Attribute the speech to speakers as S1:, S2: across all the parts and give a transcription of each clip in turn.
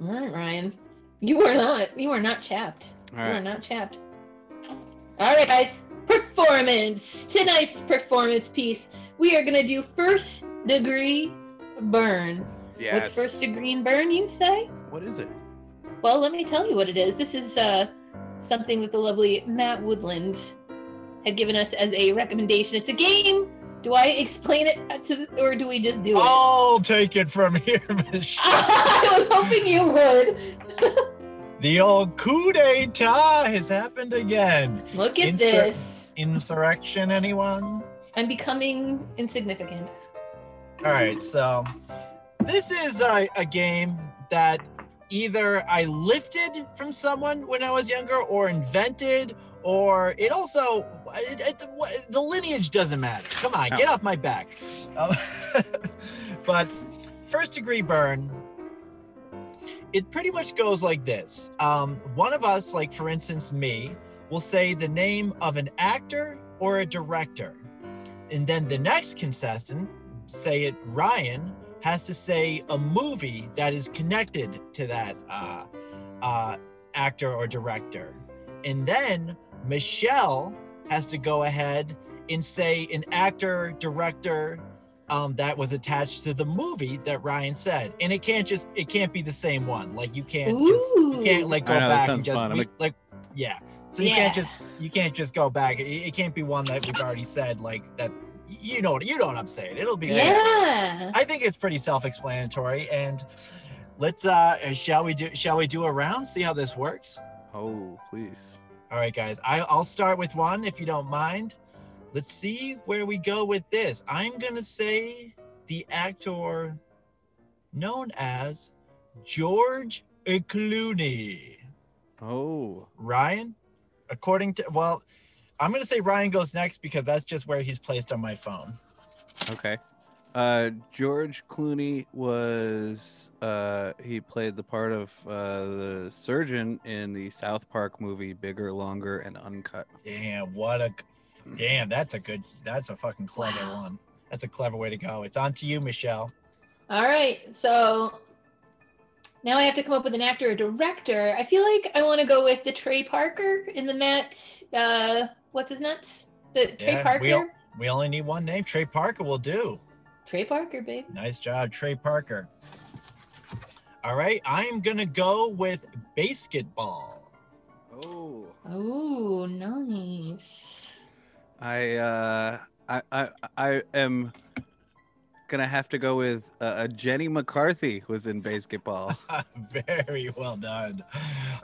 S1: All right, Ryan. You are not. You are not chapped.
S2: All
S1: You are
S2: right.
S1: not chapped. All right, guys. Performance. Tonight's performance piece. We are gonna do first degree burn.
S2: Yes.
S1: What's first degree burn? You say?
S2: What is it?
S1: Well, let me tell you what it is. This is uh, something that the lovely Matt Woodland had given us as a recommendation. It's a game. Do I explain it to, the, or do we just do it?
S2: Oh.
S3: I'll take it from here, Michelle.
S1: I was hoping you would.
S3: The old coup d'etat has happened again.
S1: Look at
S3: Insert-
S1: this.
S3: Insurrection, anyone?
S1: I'm becoming insignificant.
S3: All right, so this is a, a game that either I lifted from someone when I was younger, or invented, or it also it, it, what- the lineage doesn't matter. Come on,
S2: No.
S3: get off my back. Um, but first degree burn. It pretty much goes like this. Um, one of us, like for instance me, will say the name of an actor or a director. And then the next contestant, say it Ryan, has to say a movie that is connected to that uh, uh, actor or director. And then Michelle has to go ahead and say an actor, director um, that was attached to the movie that Ryan said. And it can't just, it can't be the same one. Like you can't just, you can't like go
S2: I know, that
S3: back and
S2: sounds
S3: just
S2: fun. I'm
S3: re-
S2: like-
S3: like yeah so you
S1: Yeah.
S3: can't just you can't just go back it, it can't be one that we've already said like that you know you know what i'm saying it'll be
S1: Yeah.
S3: i think it's pretty self-explanatory and let's uh shall we do shall we do a round see how this works
S2: Oh, please.
S3: all right guys I, i'll start with one if you don't mind let's see where we go with this i'm gonna say the actor known as george clooney
S2: Oh.
S3: Ryan, according to well, I'm gonna say Ryan goes next because that's just where he's placed on my phone.
S2: Okay. Uh, George Clooney was uh, he played the part of uh, the surgeon in the South Park movie Bigger, Longer, and Uncut.
S3: Damn, what a damn! That's a good. That's a fucking clever
S1: Wow.
S3: one. That's a clever way to go. It's on to you, Michelle.
S1: All right. So now I have to come up with an actor or director. I feel like I want to go with the Trey Parker in the Matt. Uh, what's his nuts? The Trey
S3: Yeah,
S1: Parker.
S3: we'll- We only need one name. Trey Parker will do.
S1: Trey Parker, babe.
S3: Nice job, Trey Parker. All right, I'm gonna go with basketball.
S2: Oh.
S1: Oh, nice.
S2: I uh, I I I am gonna have to go with uh, a Jenny McCarthy was in basketball.
S3: Very well done.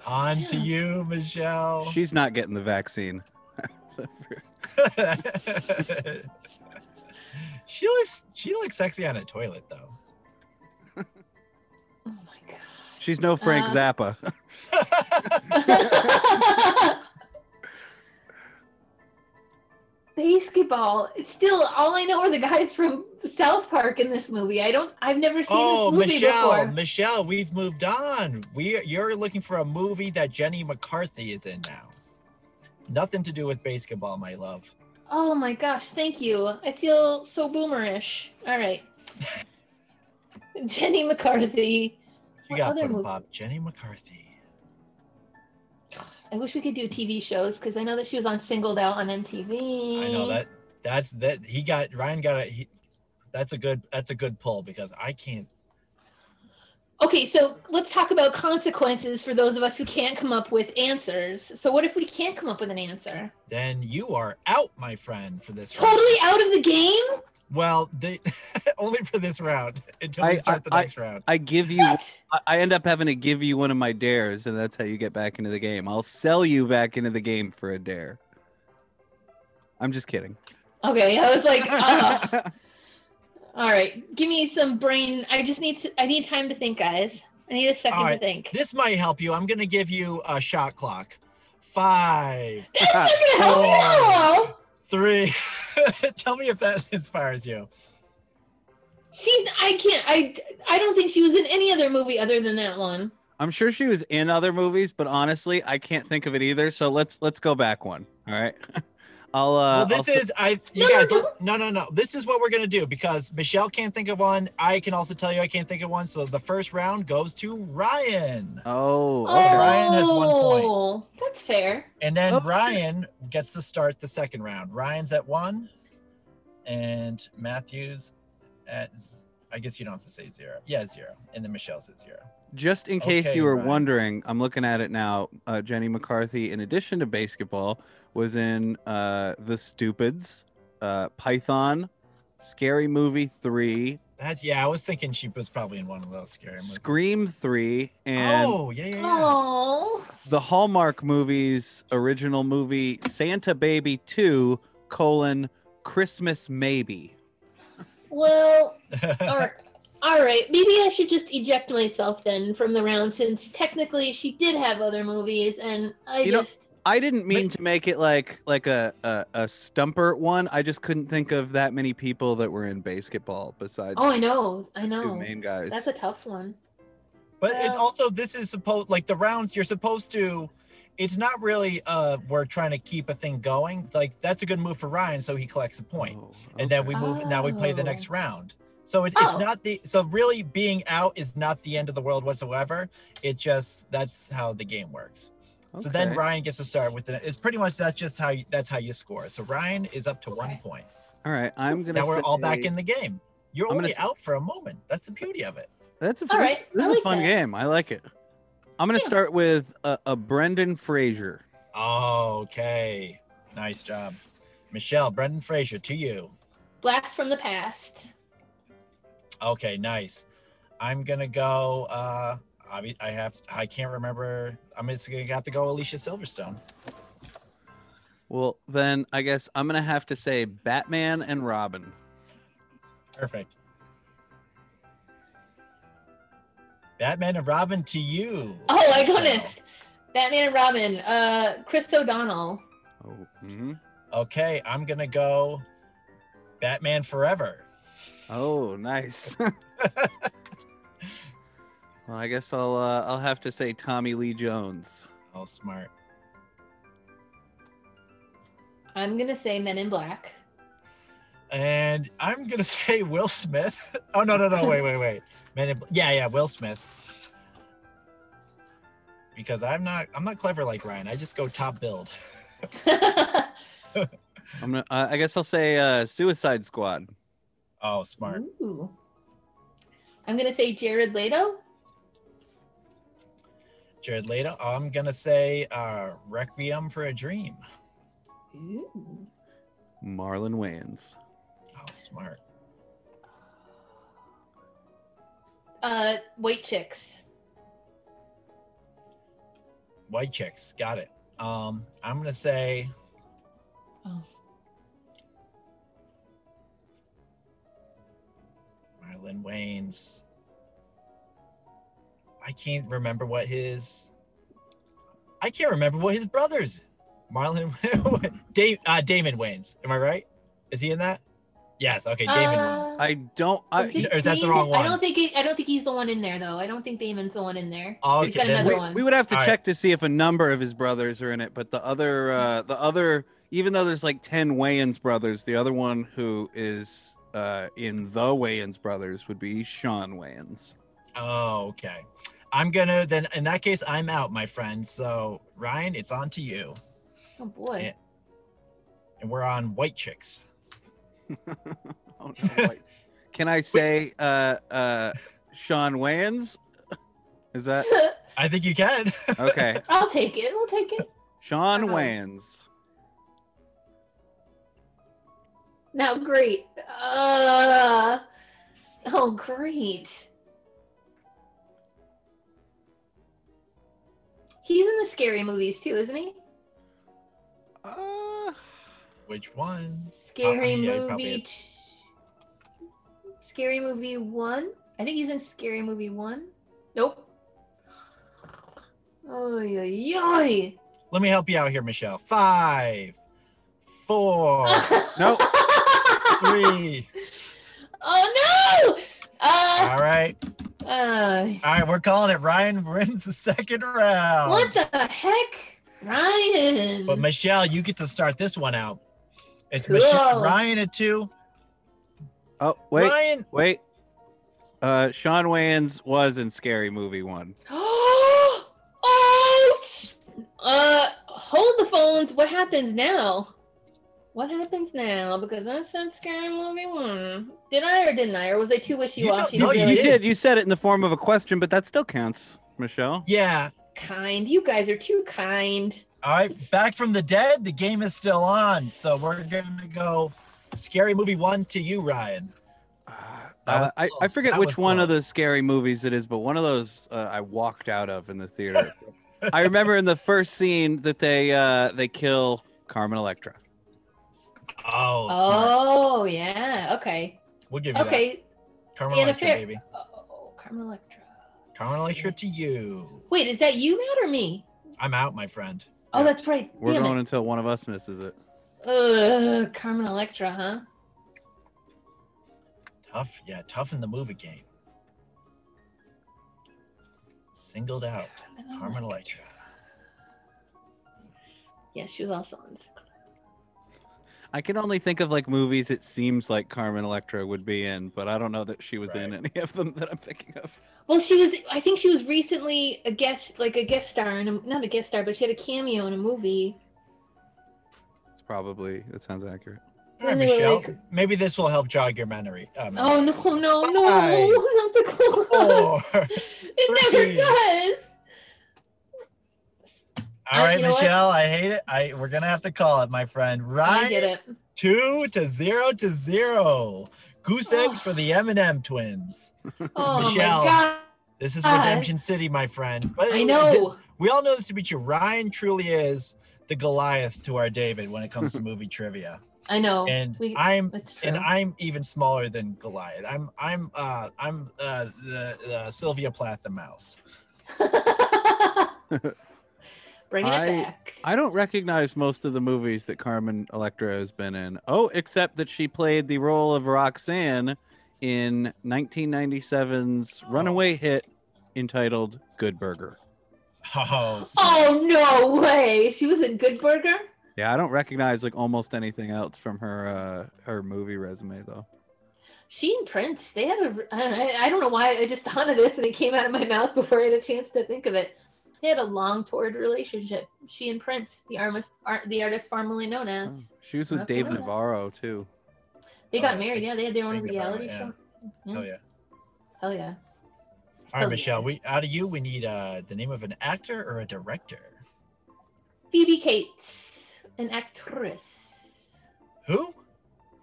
S3: On to
S1: Yeah.
S3: you, Michelle.
S2: She's not getting the vaccine.
S3: she looks she looks sexy on a toilet though.
S1: Oh my god.
S2: She's no Frank
S1: Uh,
S2: Zappa.
S1: Basketball. It's still all I know are the guys from South Park in this movie. I don't. I've never seen
S3: oh,
S1: this movie
S3: Michelle,
S1: before.
S3: Michelle, we've moved on. We you're looking for a movie that Jenny McCarthy is in now. Nothing to do with basketball, my love.
S1: Oh my gosh! Thank you. I feel so boomerish. All right. Jenny McCarthy. What
S3: You got
S1: other
S3: put 'em
S1: movie?
S3: up. Jenny McCarthy.
S1: I wish we could do TV shows because I know that she was on Singled Out on MTV.
S3: I know that that's that he got Ryan got a he, that's a good that's a good pull because I can't
S1: Okay, so let's talk about consequences for those of us who can't come up with answers. So what if we can't come up with an answer?
S3: then you are out, my friend, for this round.
S1: Totally out of the game?
S3: Well, the only for this round until
S2: I-
S3: we start the
S2: I-
S3: next round.
S2: I give you
S1: What?
S2: I- I end up having to give you one of my dares, and that's how you get back into the game. I'll sell you back into the game for a dare. I'm just kidding.
S1: Okay, I was like, uh, all right, give me some brain. I just need to. I need time to think, guys. I need a second
S3: All right.
S1: to think.
S3: This might help you. I'm going to give you a shot clock. Five,
S1: That's not gonna help me at all.
S3: three. Tell me if that inspires you.
S1: She's. I can't. I. I don't think she was in any other movie other than that one.
S2: I'm sure she was in other movies, but honestly, I can't think of it either. So let's let's go back one. All right. I'll. Uh,
S3: well, this
S2: I'll s-
S3: is I.
S1: No,
S3: You
S1: no,
S3: guys,
S1: no.
S3: no, no, no. This is what we're gonna do because Michelle can't think of one. I can also tell you I can't think of one. So the first round goes to Ryan,
S2: Oh, okay.
S3: Ryan has one point.
S1: Oh, That's fair.
S3: and then
S2: Okay.
S3: Ryan gets to start the second round. Ryan's at one, and Matthews at. z- I guess you don't have to say zero. Yeah, zero. And then Michelle's at zero.
S2: Just in case
S3: Okay,
S2: you were
S3: Ryan.
S2: wondering, I'm looking at it now. Uh, Jenny McCarthy, in addition to basketball, was in uh, The Stupids, uh, Python, Scary Movie 3,
S3: That's yeah. I was thinking she was probably in one of those scary movies.
S2: Scream 3, and
S3: Oh yeah, yeah, yeah.
S1: Oh,
S2: the Hallmark movies original movie Santa Baby 2, colon, Christmas Maybe.
S1: well, or, Oh, all right. Maybe I should just eject myself then from the round since technically she did have other movies and I
S2: You know-
S1: just.
S2: I didn't mean to make it like like a, a a stumper one. I just couldn't think of that many people that were in basketball besides
S1: oh, I know. I
S2: two
S1: know.
S2: main guys.
S1: That's a tough one.
S3: But it
S1: Well-
S3: also this is supposed like the rounds you're supposed to it's not really uh we're trying to keep a thing going. Like that's a good move for Ryan so he collects a point.
S2: Oh,
S3: And then
S2: okay.
S3: we move now we play the next
S1: Oh.
S3: round. So it,
S1: Oh.
S3: it's not the so really being out is not the end of the world whatsoever. It just that's how the game works. So then
S2: Okay.
S3: Ryan gets to start with it. It's pretty much that's just how you, that's how you score. So Ryan is up to one
S1: Okay.
S3: point.
S2: all right, I'm gonna.
S3: Now we're all back
S2: say-
S3: in the game. You're
S2: I'm gonna
S3: only
S2: s-
S3: out for a moment. That's the beauty of it.
S2: That's a
S1: All
S2: fun,
S1: right,
S2: This
S1: I
S2: is a
S1: like
S2: fun
S1: that.
S2: game. I like it. I'm gonna
S1: Yeah.
S2: start with a, a Brendan Fraser.
S3: Okay. Nice job. Michelle, Brendan Fraser, to you.
S1: Blast from the past.
S3: Okay, nice. I'm gonna go uh obvi- I have I can't remember. I'm just gonna have to go Alicia Silverstone.
S2: Well, then I guess I'm gonna have to say Batman and Robin.
S3: Perfect. Batman and Robin to you.
S1: Oh, I got
S3: Michelle.
S1: it. Batman and Robin. Uh, Chris O'Donnell.
S2: Oh, mhm.
S3: Okay, I'm gonna go Batman Forever.
S2: oh, nice. well, I guess I'll uh, I'll have to say Tommy Lee Jones.
S3: Oh smart.
S1: I'm gonna say Men in Black.
S3: And I'm gonna say Will Smith. Oh no no no wait wait wait. Man, in Bl- yeah yeah Will Smith. Because I'm not I'm not clever like Ryan. I just go top build.
S2: I'm gonna. Uh, I guess I'll say uh, Suicide Squad.
S3: Oh smart.
S1: Ooh. I'm gonna say Jared Leto.
S3: Jared Leto. I'm gonna say uh, Requiem for a Dream.
S1: Ooh.
S2: Marlon Wayans.
S3: Oh smart.
S1: Uh, White Chicks.
S3: White chicks. Got it. Um, I'm gonna say
S1: Oh.
S3: Marlon Wayne's. I can't remember what his. I can't remember what his brothers. Marlon, Dave, uh, Damon Wayne's. Am I right? Is he in that? Yes. Okay, Damon. Wayans.
S1: Uh,
S2: I don't. I,
S1: is it
S3: or is that the
S1: Damon?
S3: wrong
S1: I
S3: one?
S1: don't think he, I don't think he's the one in there though. I don't think Damon's the one in there.
S3: Oh,
S1: He's
S3: okay,
S1: got
S3: then
S1: another
S2: we,
S1: one.
S2: we would have to
S3: All right.
S2: check to see if a number of his brothers are in it, but the other, uh, the other, even though there's like ten Wayans brothers, the other one who is uh, in the Wayans brothers would be Sean Wayans.
S3: Oh, okay. I'm gonna then. In that case, I'm out, my friend. So Ryan, it's on to you,
S1: oh boy.
S3: Yeah. and we're on White Chicks.
S2: Oh, no, wait. Can I say uh, uh, Sean Wayans? Is that
S3: I think you can.
S2: okay?
S1: I'll take it. We'll take it.
S2: Sean
S1: Uh-huh.
S2: Wayans.
S1: Now, great. Uh, oh, great. He's in the scary movies too, isn't he?
S2: Uh,
S3: Which one?
S1: Scary
S3: Uh, yeah, he probably
S1: movie.
S3: is.
S1: t- Scary movie one. I think he's in Scary movie one. Nope. Oh, yoy.
S3: Let me help you out here, Michelle. Five, four,
S2: Nope.
S3: three.
S1: oh no! Uh,
S3: All right,
S1: uh,
S3: all right. We're calling it. Ryan wins the second round.
S1: what the heck, Ryan?
S3: But Michelle, you get to start this one out. It's Michelle
S1: Cool.
S3: Ryan at two.
S2: Oh wait,
S3: Ryan,
S2: wait. Uh, Sean Wayans was in Scary Movie One.
S1: oh, sh- uh, hold the phones. What happens now? What happens now? Because I said scary movie one. Did I or didn't I? Or was I too
S3: You don't-
S1: wishy-washy?
S3: no,
S1: to be
S3: you
S2: you
S1: like,
S3: did.
S2: did. You said it in the form of a question, but that still counts, Michelle.
S3: yeah.
S1: Kind. You guys are too kind.
S3: All right, back from the dead. The game is still on, so we're gonna go. Scary movie one to you, Ryan.
S2: Ah,
S3: That
S2: uh,
S3: was
S2: I, I
S3: close.
S2: forget
S3: That
S2: which
S3: was
S2: one of
S3: close.
S2: the scary movies it is, but one of those uh, I walked out of in the theater. I remember in the first scene that they uh, they kill Carmen Electra.
S3: Oh, smart.
S1: Oh, yeah. Okay.
S3: we'll give you
S1: Okay.
S3: that. Carmen
S1: Yeah, the
S3: Electra,
S1: fair-
S3: baby.
S1: Oh, Carmen Electra.
S3: Carmen Electra to you.
S1: Wait, is that you, Matt, or me?
S3: I'm out, my friend.
S1: Oh,
S2: Yeah.
S1: that's right.
S2: We're
S1: Damn
S2: going until one of us misses it.
S1: it. Ugh, Carmen Electra, huh?
S3: Tough, yeah, tough in the movie game. Singled out,
S1: Oh
S3: Carmen Electra.
S1: Yes, she was also on. this.
S2: I can only think of like movies it seems like Carmen Electra would be in, but I don't know that she was in any of them that I'm thinking of.
S1: Well, she was. I think she was recently a guest, like a guest star, in a, not a guest star, but she had a cameo in a movie.
S2: It's probably that sounds accurate.
S3: All right,
S1: Then they were
S3: Michelle.
S1: like-
S3: Maybe this will help jog your memory. Um,
S1: Oh no, no, no!
S3: Hi.
S1: Not the clothes.
S3: Four.
S1: it never
S3: three.
S1: does.
S3: All
S1: Uh,
S3: right,
S1: you know what?
S3: Michelle. I hate it. I we're gonna have to call it, my friend.
S1: I
S3: Right.
S1: did it.
S3: two to zero to zero. Goose eggs
S1: Oh.
S3: for the M&M twins.
S1: Oh
S3: Michelle.
S1: my god!
S3: This is
S1: Hi.
S3: Redemption City, my friend.
S1: Uh,
S3: But
S1: I
S3: this-
S1: know.
S3: we all know this to be true. Ryan truly is the Goliath to our David when it comes to movie trivia.
S1: I know.
S3: And
S1: Oh, we,
S3: I'm
S1: that's true.
S3: and I'm even smaller than Goliath. I'm I'm uh I'm uh the uh, Sylvia Plath the mouse.
S1: Bringing
S2: I-
S1: it back.
S2: I don't recognize most of the movies that Carmen Electra has been in. Oh, except that she played the role of Roxanne in 1997's runaway hit entitled Good Burger.
S3: Oh, s-
S1: oh no way! She was in Good Burger.
S2: Yeah, I don't recognize like almost anything else from her uh, her movie resume though.
S1: She and Prince, they have a. I, I don't know why I just thought of this and it came out of my mouth before I had a chance to think of it. They had a long toured relationship. She and Prince, the artist, art, the artist formerly known as,
S2: Oh, She was with
S1: Nothing
S2: Dave
S1: like that.
S2: Navarro too.
S1: they got
S3: Hmm. Oh,
S1: married. Yeah, they had their own
S3: think about it,
S1: reality
S3: yeah.
S1: show.
S3: oh yeah.
S1: Hell yeah! mm-hmm. Oh,
S3: All
S1: yeah.
S3: right, Michelle. We out of you. We need uh the name of an actor or a director.
S1: Phoebe Cates, an actress.
S3: Who?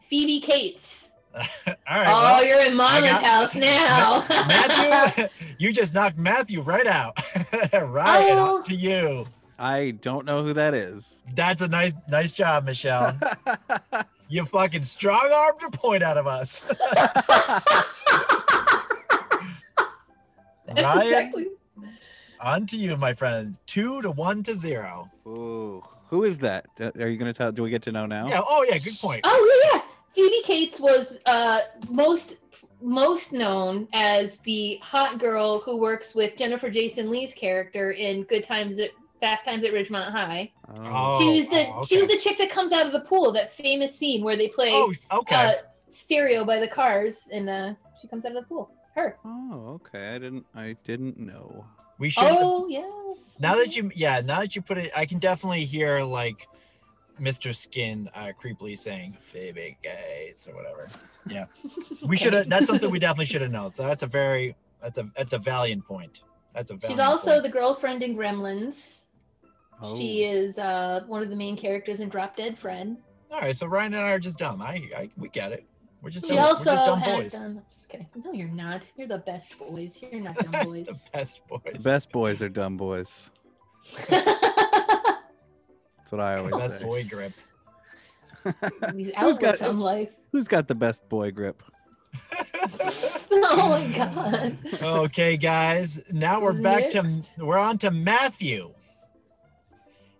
S1: Phoebe Cates.
S3: All right.
S1: oh,
S3: well-
S1: you're in Mama's
S3: got-
S1: house now.
S3: Matthew, you just knocked Matthew right out. Ryan,
S1: Oh.
S3: up to you.
S2: I don't know who that is.
S3: That's a nice, nice job, Michelle. you fucking strong armed a point out of us.
S1: That's
S3: Ryan,
S1: exactly-
S3: on to you, my friend. Two to one to zero.
S2: Ooh, who is that? Uh, Are you gonna tell? Do we get to know now?
S3: Yeah. Oh yeah. Good point.
S1: Oh yeah, yeah. Phoebe Cates was uh, most most known as the hot girl who works with Jennifer Jason Lee's character in Good Times at Fast Times at Ridgemont High.
S2: Oh,
S1: she was the
S3: oh,
S1: she was
S3: okay.
S1: the chick that comes out of the pool. That famous scene where they play
S3: Oh, okay.
S1: uh, stereo by the Cars, and uh, she comes out of the pool. Her.
S2: Oh, okay. I didn't. I didn't know.
S3: we should.
S1: Oh yes.
S3: Now that you, yeah, now that you put it, I can definitely hear like Mr. Skin uh, creepily saying "Phoebe Gates" or whatever. Yeah, we should have. That's something we definitely should have known. So that's a very that's a that's a valiant point. That's a.
S1: She's
S3: Valiant
S1: also
S3: point.
S1: the girlfriend in Gremlins.
S2: Oh.
S1: She is uh, one of the main characters in Drop Dead Fred.
S3: All right, so Ryan and I are just dumb. I, I we get it. We're just
S1: She
S3: dumb, we're
S1: also
S3: just dumb
S1: has um,
S3: boys.
S1: done. Just kidding. No, you're not. You're the best boys. You're not dumb boys.
S3: The best
S2: The
S3: boys.
S2: best boys are dumb boys. That's what I
S3: The
S2: always
S3: best
S2: say.
S3: boy grip.
S1: These
S2: Who's got-
S1: outlets on life.
S2: Who's got the best boy grip?
S1: Oh my god.
S3: okay, guys. Now we're back to
S1: Next.
S3: we're on to Matthew.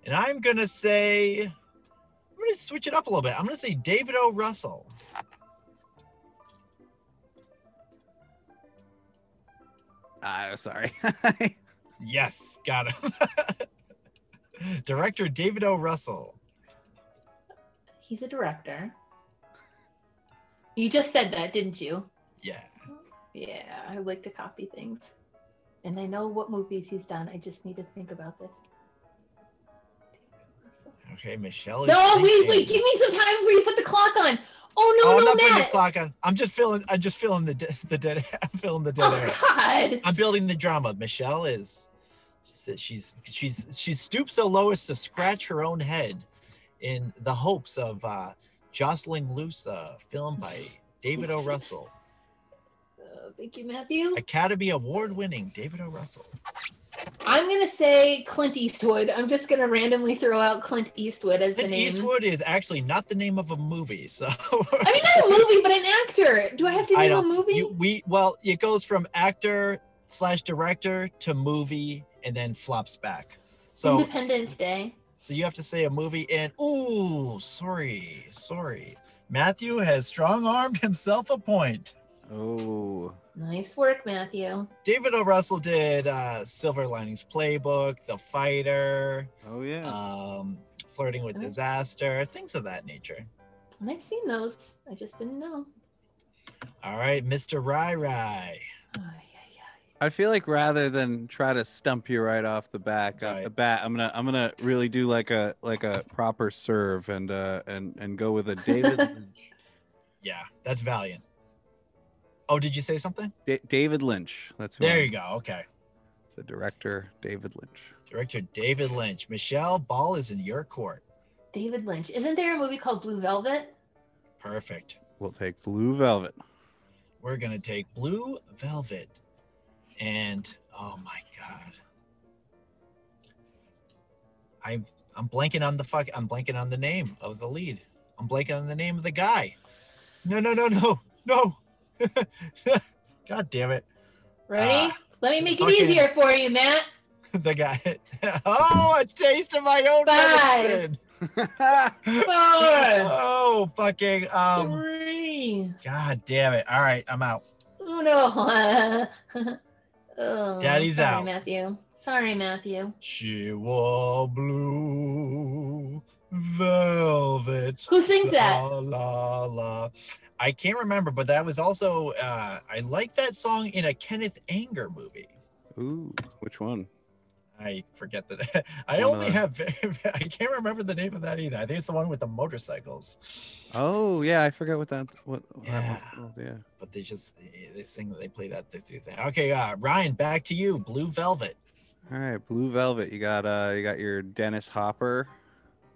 S3: And I'm gonna say I'm gonna switch it up a little bit. I'm gonna say David O. Russell.
S2: Ah, sorry.
S3: Yes, got him. Director David O. Russell.
S1: He's a director. You just said that, didn't you?
S3: Yeah.
S1: Yeah, I like to copy things. And I know what movies he's done. I just need to think about this.
S3: Okay, Michelle. Is
S1: No, wait, wait.
S3: thinking.
S1: Give me some time before you put the clock on. Oh no,
S3: oh,
S1: no,
S3: I'm not putting the
S1: Matt.
S3: clock on. I'm just filling. I'm just filling the de- the dead. I'm filling the dead air.
S1: Oh God.
S3: I'm building the drama. Michelle is, she's she's she stoops the lowest to scratch her own head, in the hopes of uh, jostling loose a film by David O. Russell,
S1: Uh, thank you, Matthew.
S3: Academy Award-winning David O. Russell.
S1: I'm gonna say Clint Eastwood. I'm just gonna randomly throw out Clint Eastwood as the
S3: Clint
S1: name.
S3: Eastwood is actually not the name of a movie, so
S1: I mean, not a movie, but an actor. Do I have to
S3: I
S1: name a
S3: don't-
S1: movie?
S3: you, we well, it goes from actor slash director to movie, and then flops back. So
S1: Independence Day.
S3: So you have to say a movie and ooh, sorry, sorry. Matthew has strong armed himself a point.
S2: Oh,
S1: Nice work, Matthew.
S3: David O. Russell did uh, Silver Linings Playbook, The Fighter,
S2: oh yeah.
S3: um, Flirting with
S1: Mhm.
S3: Disaster, things of that nature.
S1: And I've seen those. I just didn't know.
S3: All right, Mr. Rai Rai.
S1: Ay, ay, ay.
S2: I feel like rather than try to stump you right off the back uh,
S3: Right.
S2: bat, I'm gonna I'm gonna really do like a like a proper serve and uh and and go with a David Lynch.
S3: Yeah, that's valiant. Oh, did you say something?
S2: Da- David Lynch. That's who
S3: There
S2: I'm-
S3: you go. Okay.
S2: The director David Lynch.
S3: Director David Lynch. Michelle, ball is in your court.
S1: David Lynch. Isn't there a movie called Blue Velvet?
S3: Perfect.
S2: We'll take Blue Velvet.
S3: we're gonna take blue velvet and oh my god i'm i'm blanking on the fuck i'm blanking on the name of the lead i'm blanking on the name of the guy no no no no no god damn it
S1: Ready?
S3: Ah,
S1: Let me make it
S3: fucking-
S1: easier for you, Matt.
S3: the guy oh a taste of my own
S1: Five.
S3: medicine
S1: Four,
S3: oh fucking um
S1: three,
S3: god damn it all right i'm out
S1: uno. oh,
S3: Daddy's
S1: sorry,
S3: out.
S1: Matthew. Sorry, Matthew.
S3: She wore blue velvet.
S1: Who sings that?
S3: La la la. I can't remember, but that was also uh, I like that song in a Kenneth Anger movie.
S2: Ooh, which one?
S3: I forget that. I
S2: One,
S3: only
S2: uh,
S3: have I can't remember the name of that either. I think it's the one with the motorcycles.
S2: Oh yeah, I forgot what that what that one's
S3: Yeah.
S2: called. Yeah.
S3: But they just they sing they play that they do that. Okay, uh, Ryan, back to you. Blue Velvet.
S2: All right, Blue Velvet. You got uh you got your Dennis Hopper.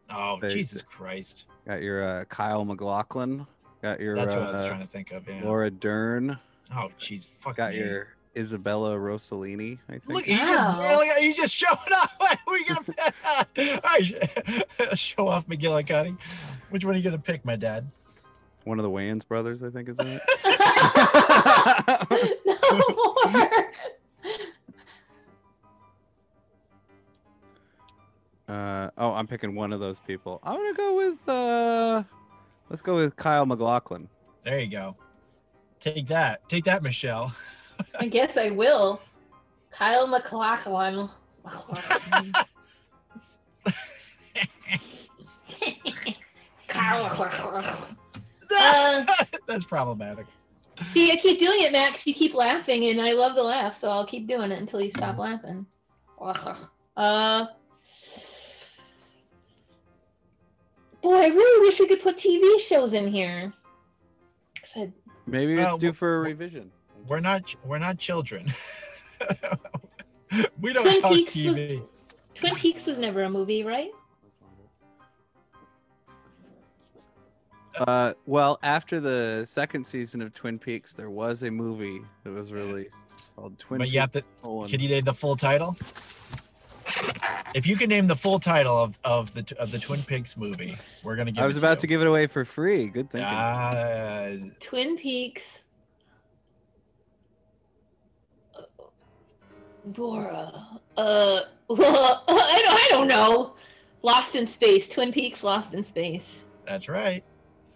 S3: Oh
S2: They-
S3: Jesus Christ!
S2: Got your uh, Kyle McLaughlin. Got your
S3: That's what I was
S2: uh,
S3: trying to think of. Yeah.
S2: Laura Dern.
S3: Oh jeez, fuck
S2: Got your Isabella Rossellini. I think.
S3: Look,
S1: you.
S3: he's just,
S1: Wow.
S3: look, he's just showing up. What are we gonna I show off McGillicuddy? Which one are you gonna pick, my dad?
S2: one of the Wayans brothers. I think is that.
S1: no more.
S2: uh, oh, I'm picking one of those people. I'm gonna go with. Uh, let's go with Kyle McLaughlin.
S3: There you go. Take that. Take that, Michelle.
S1: I guess I will. Kyle McLachlan. Kyle McLachlan. Uh,
S3: That's problematic.
S1: see, I keep doing it, Max. You keep laughing, and I love the laugh, so I'll keep doing it until you stop laughing. Uh, boy, I really wish we could put TV shows in here. 'Cause I
S2: Maybe
S3: Well,
S2: it's due for a
S3: w-
S2: revision.
S3: We're not we're not children. we don't
S1: Twin
S3: talk
S1: Peaks was-
S3: TV.
S1: Twin Peaks was never a movie, right?
S2: Uh, well, after the second season of Twin Peaks, there was a movie that was released called Twin
S3: But
S2: Peaks.
S3: you have to
S2: Colon.
S3: can you name the full title? If you can name the full title of, of the of the Twin Pigs movie, we're gonna give
S2: I was
S3: it
S2: about to
S3: you.
S2: give it away for free. Good thinking.
S3: Ah,
S1: Twin Peaks. uh, Laura. Uh, I don't, I don't know. Lost in Space. Twin Peaks, Lost in Space.
S3: that's right.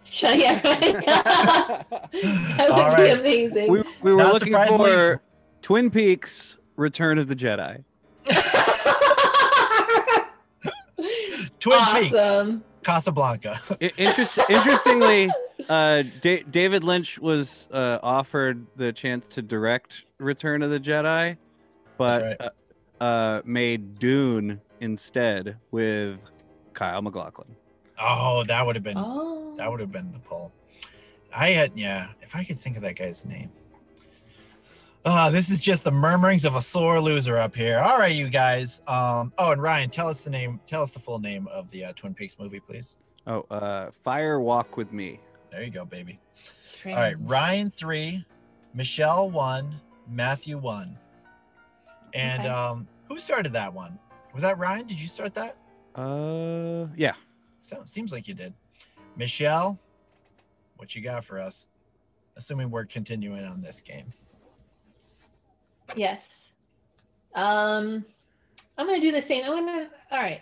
S1: Shall yeah, right? that would
S3: All
S1: be
S3: right.
S1: amazing.
S2: we, we were
S3: Not
S2: looking
S3: surprisingly-
S2: for Twin Peaks: Return of the Jedi.
S3: Twin Peaks.
S1: awesome.
S3: Casablanca.
S2: I- interest- interestingly, uh, da- David Lynch was uh, offered the chance to direct Return of the Jedi, but
S3: That's
S2: uh, uh, made Dune instead with Kyle MacLachlan.
S3: Oh, that would have been
S1: Oh.
S3: that would have been the pull. I had yeah, if I could think of that guy's name. Ah, this is just the murmurings of a sore loser up here. All right, you guys. Um, oh, and Ryan, tell us the name. Tell us the full name of the uh, Twin Peaks movie, please.
S2: Oh, uh, Fire Walk with Me.
S3: There you go, baby.
S1: Strange.
S3: All right, Ryan three, Michelle one, Matthew one, and
S1: Okay.
S3: um, who started that one? Was that Ryan? Did you start that?
S2: Uh, yeah.
S3: So, seems like you did. Michelle, what you got for us? Assuming we're continuing on this game.
S1: Yes. Um, I'm gonna do the same. I'm gonna. All right.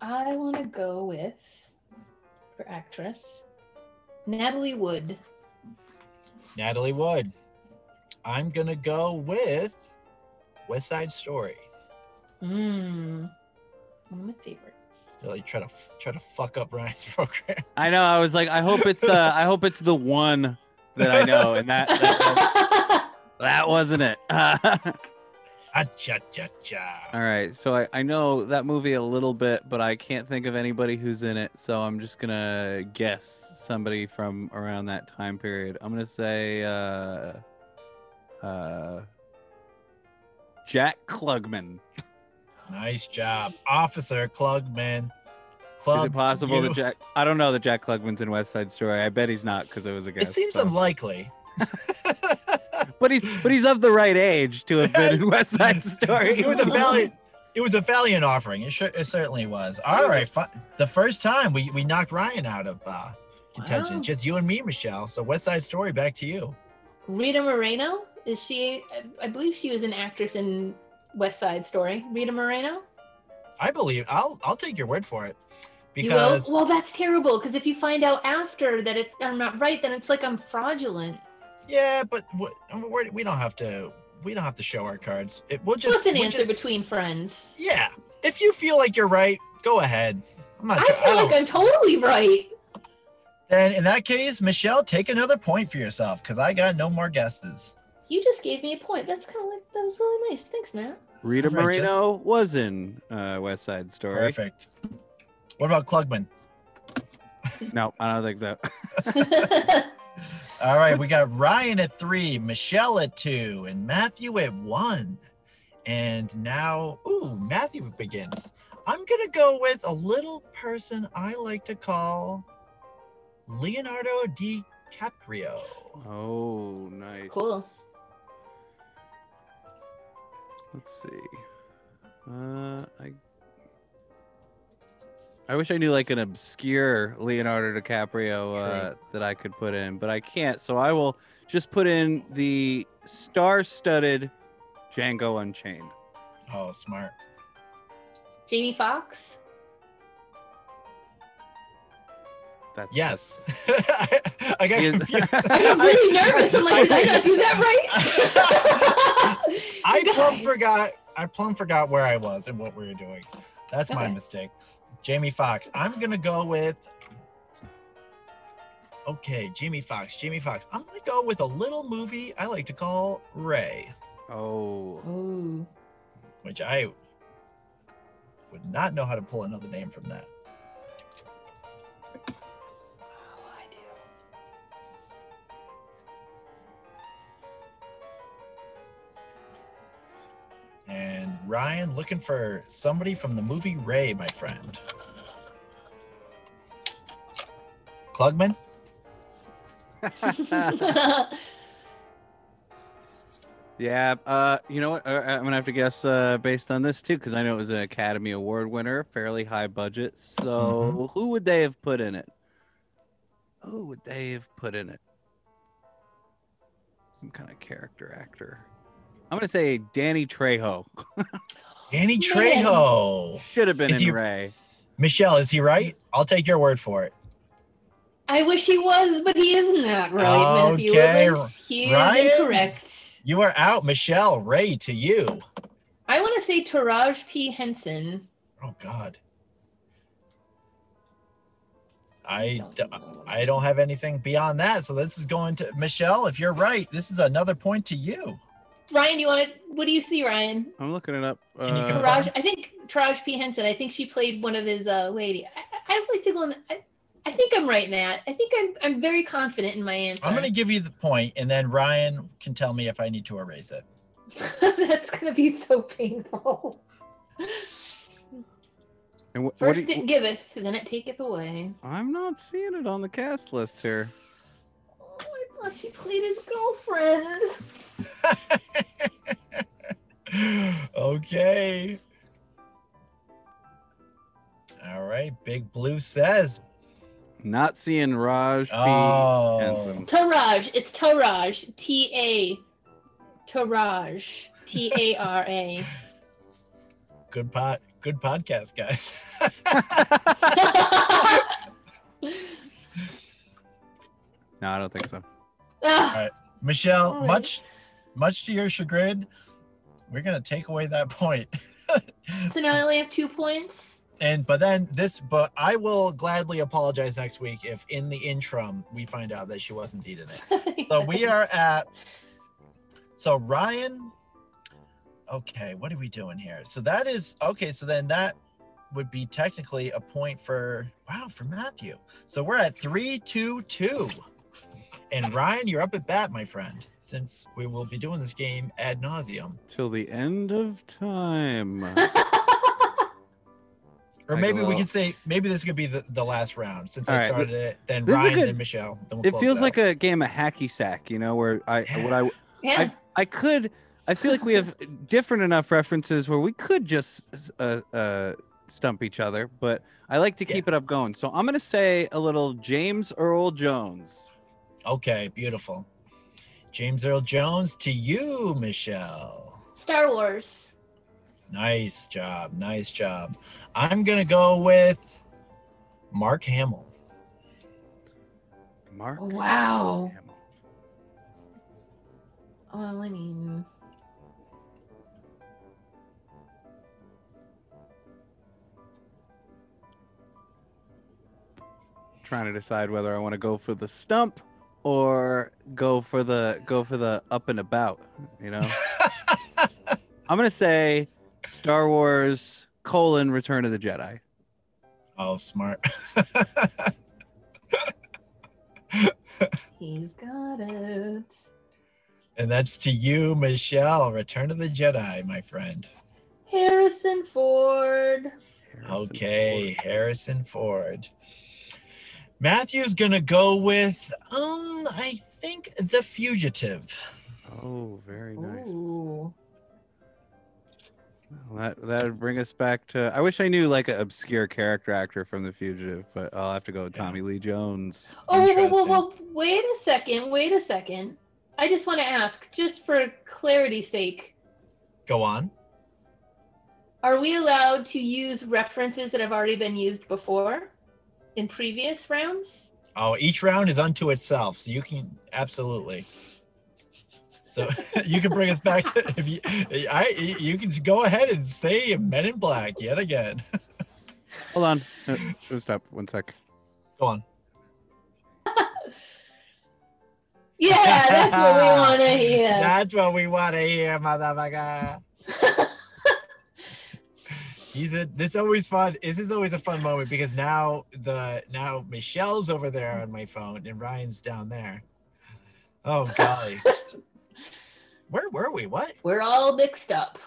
S1: I want to go with for actress Natalie Wood.
S3: Natalie Wood. I'm gonna go with West Side Story.
S1: Mmm. One of my favorites.
S3: Really try to try to fuck up Ryan's program.
S2: I know. I was like, I hope it's uh, I hope it's the one that I know, and that that, that wasn't it.
S3: Ah, cha cha cha.
S2: All right, so I, I know that movie a little bit, but I can't think of anybody who's in it, so I'm just gonna guess somebody from around that time period. I'm gonna say uh, uh, Jack Klugman.
S3: Nice job, Officer Klugman.
S2: Is
S3: Klug,
S2: it possible
S3: you-
S2: that Jack? I don't know that Jack Klugman's in West Side Story. I bet he's not because it was a guess.
S3: It seems
S2: so-
S3: unlikely.
S2: but he's but he's of the right age to have been in West Side Story.
S3: it was a valiant. It was a valiant offering. It, sure, it certainly was. All right, fi- the first time we, we knocked Ryan out of uh, contention.
S1: Wow.
S3: Just you and me, Michelle. So West Side Story, back to you.
S1: Rita Moreno is she? I- I believe she was an actress in West Side Story. Rita Moreno.
S3: I believe I'll I'll take your word for it.
S1: You
S3: Because
S1: will? Well, that's terrible. Because if you find out after that it's I'm not right, then it's like I'm fraudulent.
S3: yeah, but what, I mean, we're- we don't have to we don't have to show our cards. It, we'll just,
S1: Just an
S3: we'll
S1: answer
S3: just-
S1: between friends.
S3: yeah. If you feel like you're right, go ahead. I'm not.
S1: I
S3: try- I
S1: feel
S3: don't-
S1: like I'm totally right.
S3: then in that case, Michelle, take another point for yourself because I got no more guesses.
S1: You just gave me a point. That's kind of like that was really nice. Thanks, Matt.
S2: Rita
S3: All right, just-
S2: Moreno was in uh, West Side Story.
S3: Perfect. What about Klugman?
S2: No, I don't think so.
S3: All right, we got Ryan at three, Michelle at two, and Matthew at one. And now, ooh, Matthew begins. I'm gonna go with a little person I like to call Leonardo DiCaprio.
S2: Oh, nice.
S1: Cool.
S2: Let's see. Uh, I I wish I knew like an obscure Leonardo DiCaprio uh, that I could put in, but I can't. So I will just put in the star-studded Django Unchained.
S3: Oh, smart.
S1: Jamie Fox.
S2: That's
S3: Yes, I got
S2: Yes.
S3: confused.
S1: I got really nervous. I'm like, did I not do that right?
S3: I plumb
S1: Guys.
S3: forgot. I plumb forgot where I was and what we were doing. That's my
S1: Okay.
S3: mistake. Jamie Fox. I'm gonna go with. Okay, Jamie Fox. Jamie Fox. I'm gonna go with a little movie I like to call Ray,
S2: Oh,
S1: Ooh.
S3: which I would not know how to pull another name from that.
S1: Oh, I do.
S3: And Ryan, looking for somebody from the movie Ray, my friend. Klugman.
S2: yeah. Uh, you know what? Uh, I'm gonna have to guess uh, based on this too, because I know it was an Academy Award winner, fairly high budget. So
S3: Mm-hmm.
S2: who would they have put in it? Who would they have put in it? Some kind of character actor. I'm gonna say Danny Trejo
S3: Danny
S1: Man.
S3: Trejo.
S2: should have been
S3: Is
S2: in
S3: he-
S2: Ray.
S3: Michelle, is he right? I'll take your word for it.
S1: I wish he was, but he is not right, Matthew
S3: Okay,
S1: Evans. He
S3: Ryan.
S1: is incorrect.
S3: You are out, Michelle. Ray to you.
S1: I want to say Taraj P. Henson.
S3: Oh God. I, d- I don't have anything beyond that. So this is going to Michelle. If you're right, this is another point to you.
S1: Ryan, you want to? What do you see, Ryan?
S2: I'm looking it up.
S3: Can you
S2: Uh,
S3: confirm?
S1: Taraj, I think Taraj P. Henson. I think she played one of his uh, lady. I, I- I'd like to go on. I, I think I'm right, Matt. I think I'm. I'm very confident in my answer.
S3: I'm going to give you the point, and then Ryan can tell me if I need to erase it.
S1: That's gonna be so painful.
S2: and wh- what do
S1: First
S2: you-
S1: it giveth, then it taketh away.
S2: I'm not seeing it on the cast list here.
S1: Oh, I thought she played his girlfriend.
S3: okay. All right. Big Blue says.
S2: Not seeing Raj P.
S3: Oh.
S2: Henson.
S1: Taraj. It's Taraj. T A. Taraj. T A R A.
S3: Good pot. Good podcast, guys.
S2: No, I don't think so.
S1: Ah,
S3: Michelle,
S1: All right.
S3: much, much to your chagrin, we're gonna take away that point.
S1: So now I only have two points.
S3: and but then this, but I will gladly apologize next week if in the interim we find out that she wasn't eating it. So we are at. So Ryan. Okay, what are we doing here? So that is okay. So then that would be technically a point for wow for Matthew. So we're at three two two. And Ryan, you're up at bat, my friend, since we will be doing this game ad nauseum.
S2: Till the end of time.
S3: Or
S2: I
S3: maybe we
S2: will.
S3: can say maybe this could be the, the last round since
S2: All
S3: I
S2: right,
S3: started it. Then
S2: this is a
S3: Ryan,
S2: good-
S3: then Michelle. Then we'll
S2: It
S3: close
S2: feels
S3: out.
S2: like a game of hacky sack, you know, where I what I
S1: yeah.
S2: I could. I feel like we have different enough references where we could just uh, uh, stump each other, but I like to keep it up going. So I'm gonna say a little James Earl Jones.
S3: okay, beautiful. James Earl Jones to you, Michelle.
S1: Star Wars.
S3: Nice job. Nice job. I'm going to go with Mark Hamill.
S2: Mark.
S1: Wow.
S2: Hamill.
S1: Well, I mean,
S2: Trying to decide whether I want to go for the stump or go for the go for the up and about. You know, I'm gonna say Star Wars colon Return of the Jedi.
S3: oh, smart.
S1: he's got it.
S3: and that's to you, Michelle. Return of the Jedi, my friend.
S1: Harrison Ford.
S2: Harrison
S3: Okay,
S2: Ford.
S3: Harrison Ford. Matthew's going to go with um I think The Fugitive.
S2: Oh, very nice.
S1: Ooh.
S2: Well, that that would bring us back to. I wish I knew like an obscure character actor from The Fugitive, but I'll have to go with
S3: Yeah.
S2: Tommy Lee Jones.
S1: Oh, whoa, whoa,
S3: Interesting.
S1: whoa, whoa. wait a second. Wait a second. I just want to ask, just for clarity's sake,
S3: Go on.
S1: are we allowed to use references that have already been used before in previous rounds?
S3: Oh, each round is unto itself, so you can absolutely. So you can bring us back to if you, I, you can go ahead and say Men in Black yet again.
S2: Hold on, no, no, stop one sec.
S3: Go on.
S1: Yeah, that's what we want to hear.
S3: That's what we want to hear, motherfucker. He's a. This is always fun. This is always a fun moment because now the now Michelle's over there on my phone and Ryan's down there. Oh golly. Where were we? What
S1: We're all mixed up.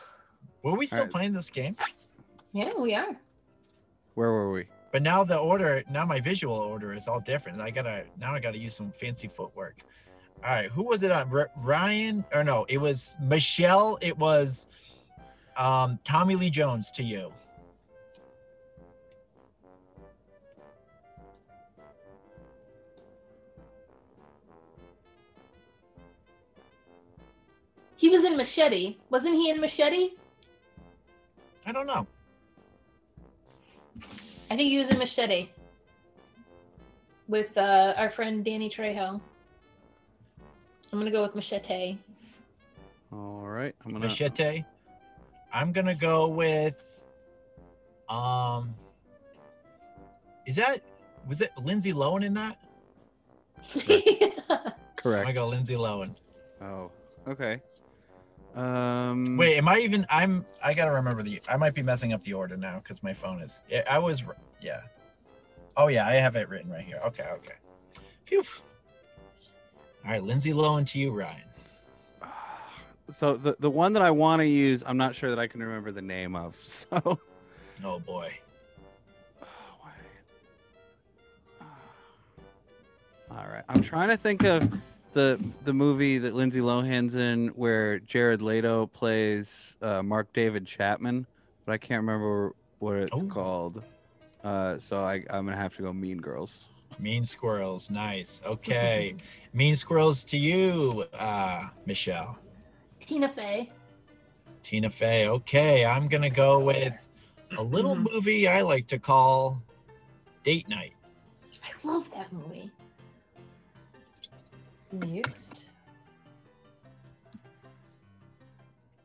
S3: were we still
S2: Alright.
S3: playing this game?
S1: Yeah, we are.
S2: Where were we?
S3: But now the order, now my visual order is all different. I gotta now I gotta use some fancy footwork. All right, who was it on R- Ryan or no? It was Michelle. It was um, Tommy Lee Jones to you.
S1: He was in Machete. Wasn't he in Machete?
S3: I don't know.
S1: I think he was in Machete with uh, our friend Danny Trejo. I'm gonna go with Machete.
S2: All right, I'm gonna.
S3: Machete. I'm gonna go with. Um, is that was it Lindsay Lohan in that? Oh my
S2: Correct.
S3: god, Lindsay Lohan.
S2: Oh, okay. Um,
S3: Wait, am I even? I'm. I gotta remember the. I might be messing up the order now because my phone is. yeah, I was. r- Yeah. Oh yeah, I have it written right here. Okay, okay. Phew. All right, Lindsay Lohan to you, Ryan.
S2: So the the one that I want to use, I'm not sure that I can remember the name of. So.
S3: Oh boy.
S2: Oh, wait. Ah. All right. I'm trying to think of the the movie that Lindsay Lohan's in where Jared Leto plays uh, Mark David Chapman, but I can't remember what it's
S3: Oh.
S2: called. Uh, so I, I'm gonna have to go Mean Girls.
S3: Mean squirrels. Nice. Okay. mean squirrels to you, uh, Michelle.
S1: Tina Fey.
S3: Tina Fey. Okay, I'm gonna go with a little
S2: Mm-hmm.
S1: Mhm.
S3: movie I like to call Date Night.
S1: I love that movie. Next.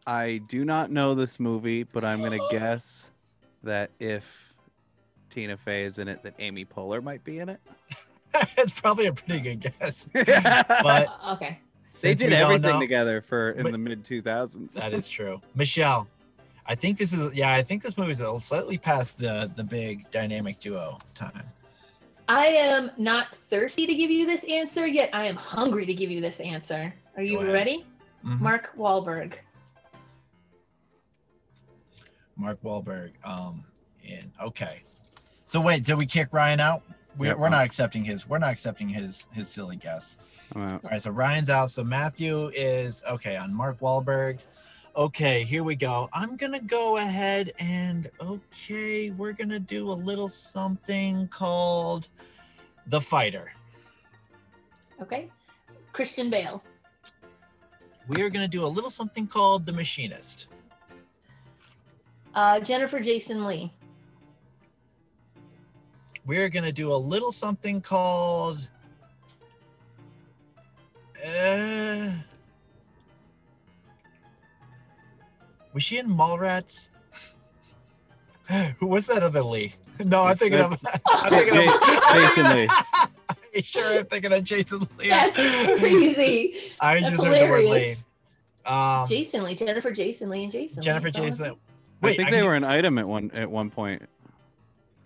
S2: I do not know this movie, but I'm gonna guess that if Tina Fey is in it, that Amy Poehler might be in it.
S3: That's probably a pretty good guess.
S2: but
S3: But
S1: Uh, okay.
S2: they
S3: since
S2: did
S3: we don't
S2: everything
S3: know-
S2: together for in
S3: But-
S2: the mid 2000s.
S3: That is true. Michelle, I think this is yeah, I think this movie's a little slightly past the the big dynamic duo time.
S1: I am not thirsty to give you this answer yet. I am hungry to give you this answer. Are you
S3: Go ahead.
S1: ready?
S3: Mhm.
S1: Mark Wahlberg.
S3: Mark Wahlberg. Um and okay. So wait, did we kick Ryan out? We,
S2: Yep.
S3: we're not accepting his we're not accepting his his silly guess.
S2: I'm out.
S3: All right, so Ryan's out. So Matthew is okay on Mark Wahlberg. Okay, here we go. I'm gonna go ahead and okay, we're gonna do a little something called The Fighter.
S1: Okay. Christian Bale.
S3: We are gonna do a little something called The Machinist.
S1: Uh, Jennifer Jason Lee.
S3: We are gonna do a little something called uh, Was she in Mallrats? Who was that other Lee? No, I'm thinking of I'm
S2: Ja-
S3: thinking of
S2: Ja- Jason Lee.
S3: I'm sure I'm thinking of Jason Lee.
S1: That's crazy.
S3: I
S1: That's
S3: just heard the word Lee.
S1: hilarious.
S3: Um,
S1: Jason Lee, Jennifer Jason Lee, and Jason. Lee.
S3: Jennifer
S1: That's all I
S3: Jason.
S1: think.
S3: Wait,
S2: I think they
S3: can,
S2: were an item at one at one point.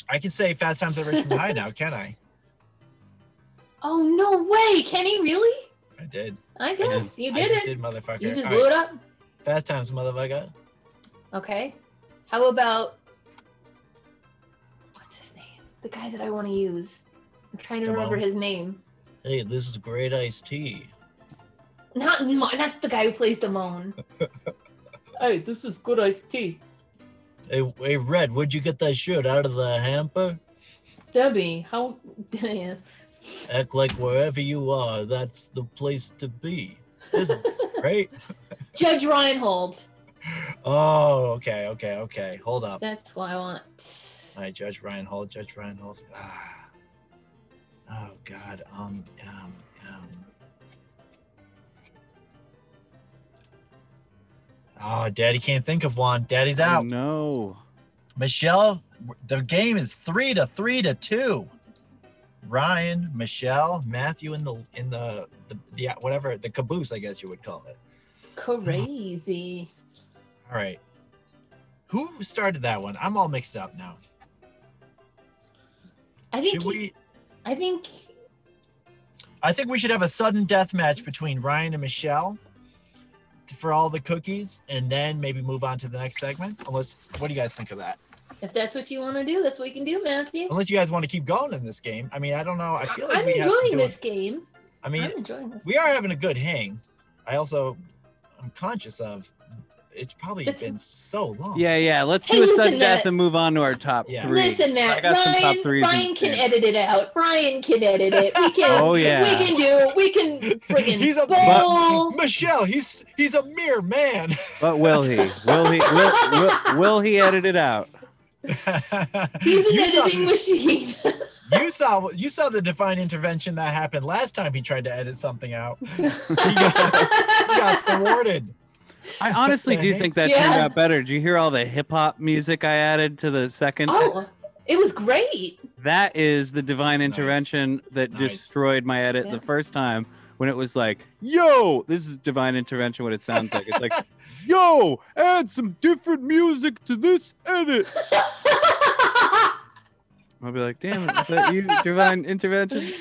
S3: I can say Fast Times at Richmond High now, can I?
S1: Oh no way! Kenny, really?
S3: I did.
S1: I
S3: I
S1: guess
S3: just-
S1: you
S3: I
S1: did
S3: just
S1: it.
S3: did, motherfucker.
S1: you just
S3: All
S1: blew it
S3: right.
S1: up.
S3: Fast Times, motherfucker.
S1: Okay. How about what's his name? The guy that I want to use. I'm trying to
S3: Jamal.
S1: remember his name.
S3: Hey, this is great iced tea.
S1: Not Mo- not the guy who plays Damone. hey, this is good iced tea.
S3: Hey, hey, Red, where'd you get that shirt out of the hamper?
S1: Debbie, how? yeah.
S3: Act like wherever you are, that's the place to be. Isn't it great?
S1: Judge Reinhold.
S3: Oh, okay, okay, okay. Hold up.
S1: That's what I want.
S3: I Judge Ryan Hall, Judge Ryan Hall. Ah. Oh God. Um. Um. Um. Oh, Daddy can't think of one. Daddy's out.
S2: No.
S3: Michelle, the game is three to three to two. Ryan, Michelle, Matthew in the in the the, the whatever the caboose, I guess you would call it.
S1: Crazy.
S3: All right. Who started that one? I'm all mixed up now.
S1: I think.
S3: Should
S1: he-
S3: we?
S1: I think.
S3: I think we should have a sudden death match between Ryan and Michelle for all the cookies, and then maybe move on to the next segment. Unless, what do you guys think of that?
S1: If that's what you want to do, that's what you can do, Matthew.
S3: Unless you guys want to keep going in this game. I mean, I don't know. I feel like
S1: I'm
S3: we have to
S1: enjoying
S3: do
S1: this
S3: it.
S1: game.
S3: I mean,
S1: I'm enjoying this.
S3: we are having a good hang. I also, I'm conscious of. It's probably
S1: It's-
S3: been so long.
S2: Yeah, yeah. Let's
S1: Hey,
S2: do a
S1: listen,
S2: sudden death
S1: Matt.
S2: and move on to our top
S3: Oh. Yeah.
S2: three.
S1: Listen, Matt.
S2: got some top
S1: Ryan,
S2: threes in
S1: Ryan
S2: the
S1: can
S2: game.
S1: edit it out. Ryan can edit it. We can.
S2: Oh, yeah.
S1: We can do. We can friggin'
S3: He's a
S1: bowl.
S3: Michelle, he's he's a mere man.
S2: But will he? Will he? Will, will, will he edit it out?
S1: He's an
S3: You saw-
S1: editing machine.
S3: you saw you saw the divine intervention that happened last time he tried to edit something out. He got, he got thwarted.
S2: I honestly do think that
S1: Yeah.
S2: turned out better. Did you hear all the hip hop music I added to the second?
S1: oh, It was great.
S2: That is the divine
S3: Nice.
S2: intervention that
S3: Nice.
S2: destroyed my edit
S1: Yeah.
S2: the first time when it was like, yo, this is divine intervention, what it sounds like. It's like, yo, add some different music to this edit. I'll be like, damn it, is that you, divine intervention?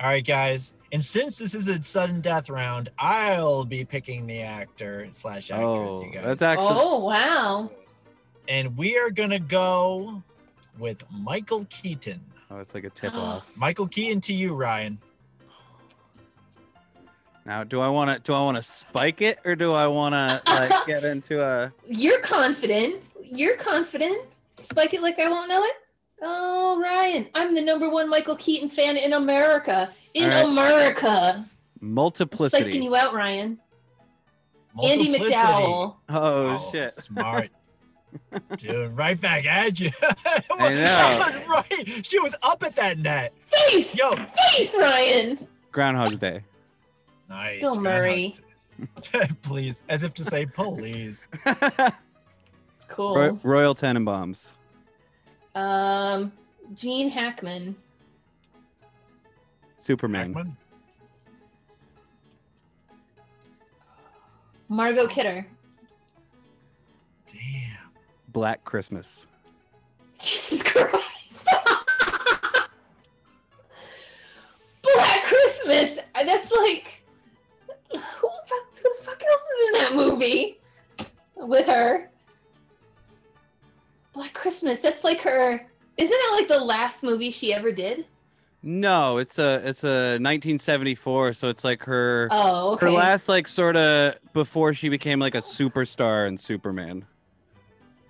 S3: All right, guys. And since this is a sudden death round, I'll be picking the actor slash actress,
S2: Oh,
S3: you guys.
S2: that's actually.
S1: oh wow.
S3: and we are gonna go with Michael Keaton.
S2: Oh, it's like a tip off.
S3: Michael Keaton to you, Ryan.
S2: Now, do I want to do I want to spike it or do I want to like get into a
S1: You're confident. You're confident. Spike it like I won't know it. Oh, Ryan, I'm the number one Michael Keaton fan in America. In
S2: All right.
S1: America.
S2: multiplicity?
S1: Spiking you out, Ryan. Andy
S3: Multiplicity.
S1: McDowell.
S2: oh shit!
S3: Smart. Dude, right back at you.
S2: I
S3: That
S2: know.
S3: was right. She was up at that net.
S1: Face!
S3: Yo,
S1: Face, Ryan!
S2: Groundhog's Day.
S3: nice.
S1: Bill
S3: man.
S1: Murray.
S3: please, as if to say, please.
S1: Cool.
S2: Roy- Royal Tenenbaums.
S1: Um, Gene Hackman.
S2: Superman.
S3: Hackman.
S1: Margot Kidder.
S3: Damn.
S2: Black Christmas.
S1: Jesus Christ. Black Christmas. Uh, That's like who, the fuck- who the fuck else is in that movie with her? Black Christmas. That's like her. Isn't that like the last movie she ever did?
S2: No, it's a it's a 1974, so it's like her
S1: Oh, okay.
S2: her last like sort of before she became like a superstar in Superman.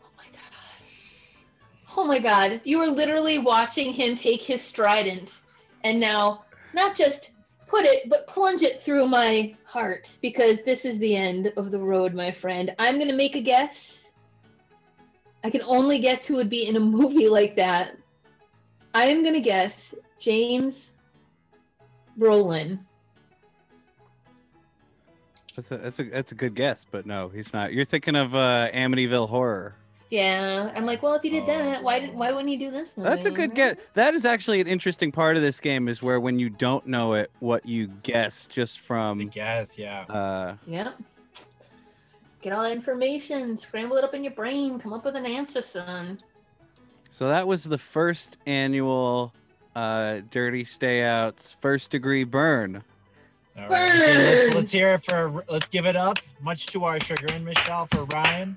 S1: Oh my god. Oh my god. You were literally watching him take his strident and now not just put it, but plunge it through my heart because this is the end of the road, my friend. I'm going to make a guess. I can only guess who would be in a movie like that. I am going to guess James Brolin.
S2: That's a that's a that's a good guess, but no, he's not. You're thinking of uh, Amityville Horror.
S1: Yeah, I'm like, well, if he did that, why did why wouldn't he do this one?
S2: That's a good guess. That is actually an interesting part of this game is where when you don't know it, what you guess just
S3: I
S2: from
S3: guess, yeah.
S2: uh
S1: Yep. Get all that information, scramble it up in your brain, come up with an answer, son.
S2: So that was the first annual uh, Dirty Stayouts First Degree Burn.
S3: All right. Okay, Let's,
S1: Burn.
S3: let's hear it for. Let's give it up. Much to our sugar and Michelle for Ryan.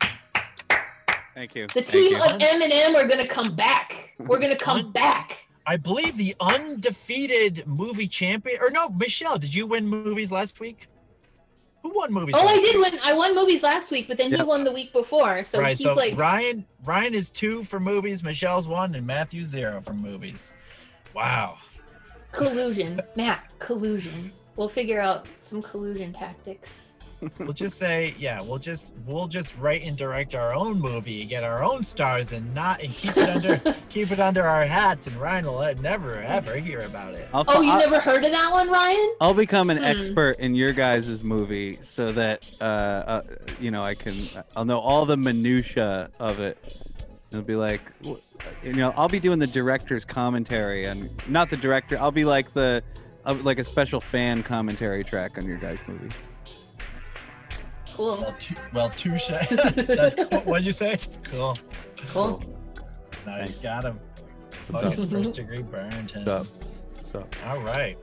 S2: Thank you.
S1: The
S2: Thank
S1: team
S2: you.
S1: of Eminem are gonna come back. We're gonna come
S3: Fun.
S1: back.
S3: I believe the undefeated movie champion. Or no, Michelle, did you win movies last week? Who won movies?
S1: Oh,
S3: last
S1: I
S3: week?
S1: did win. I won movies last week, but then he
S2: Yep.
S1: won the week before, so
S3: right,
S1: he's
S3: so
S1: like,
S3: Ryan, Ryan is two for movies. Michelle's one, and Matthew zero for movies. Wow.
S1: collusion, Matt, collusion. We'll figure out some collusion tactics.
S3: we'll just say, yeah, we'll just we'll just write and direct our own movie, get our own stars, and not and keep it under keep it under our hats. And Ryan will never ever hear about it.
S2: I'll,
S1: Oh, you
S2: I'll,
S1: never heard of that one, Ryan?
S2: I'll become an
S1: Hmm.
S2: expert in your guys' movie so that uh, uh, you know I can I'll know all the minutia of it. It'll be like w- you know I'll be doing the director's commentary and not the director. I'll be like the I'll be like a special fan commentary track on your guys' movie.
S1: Cool,
S3: Well, tu- well, touche. That's cool. What'd you say? Cool.
S1: cool.
S3: Nice.
S2: Thanks.
S3: Got him.
S2: What's
S3: Fucking
S1: up?
S3: first degree burned him.
S2: What's up? What's up?
S3: All right.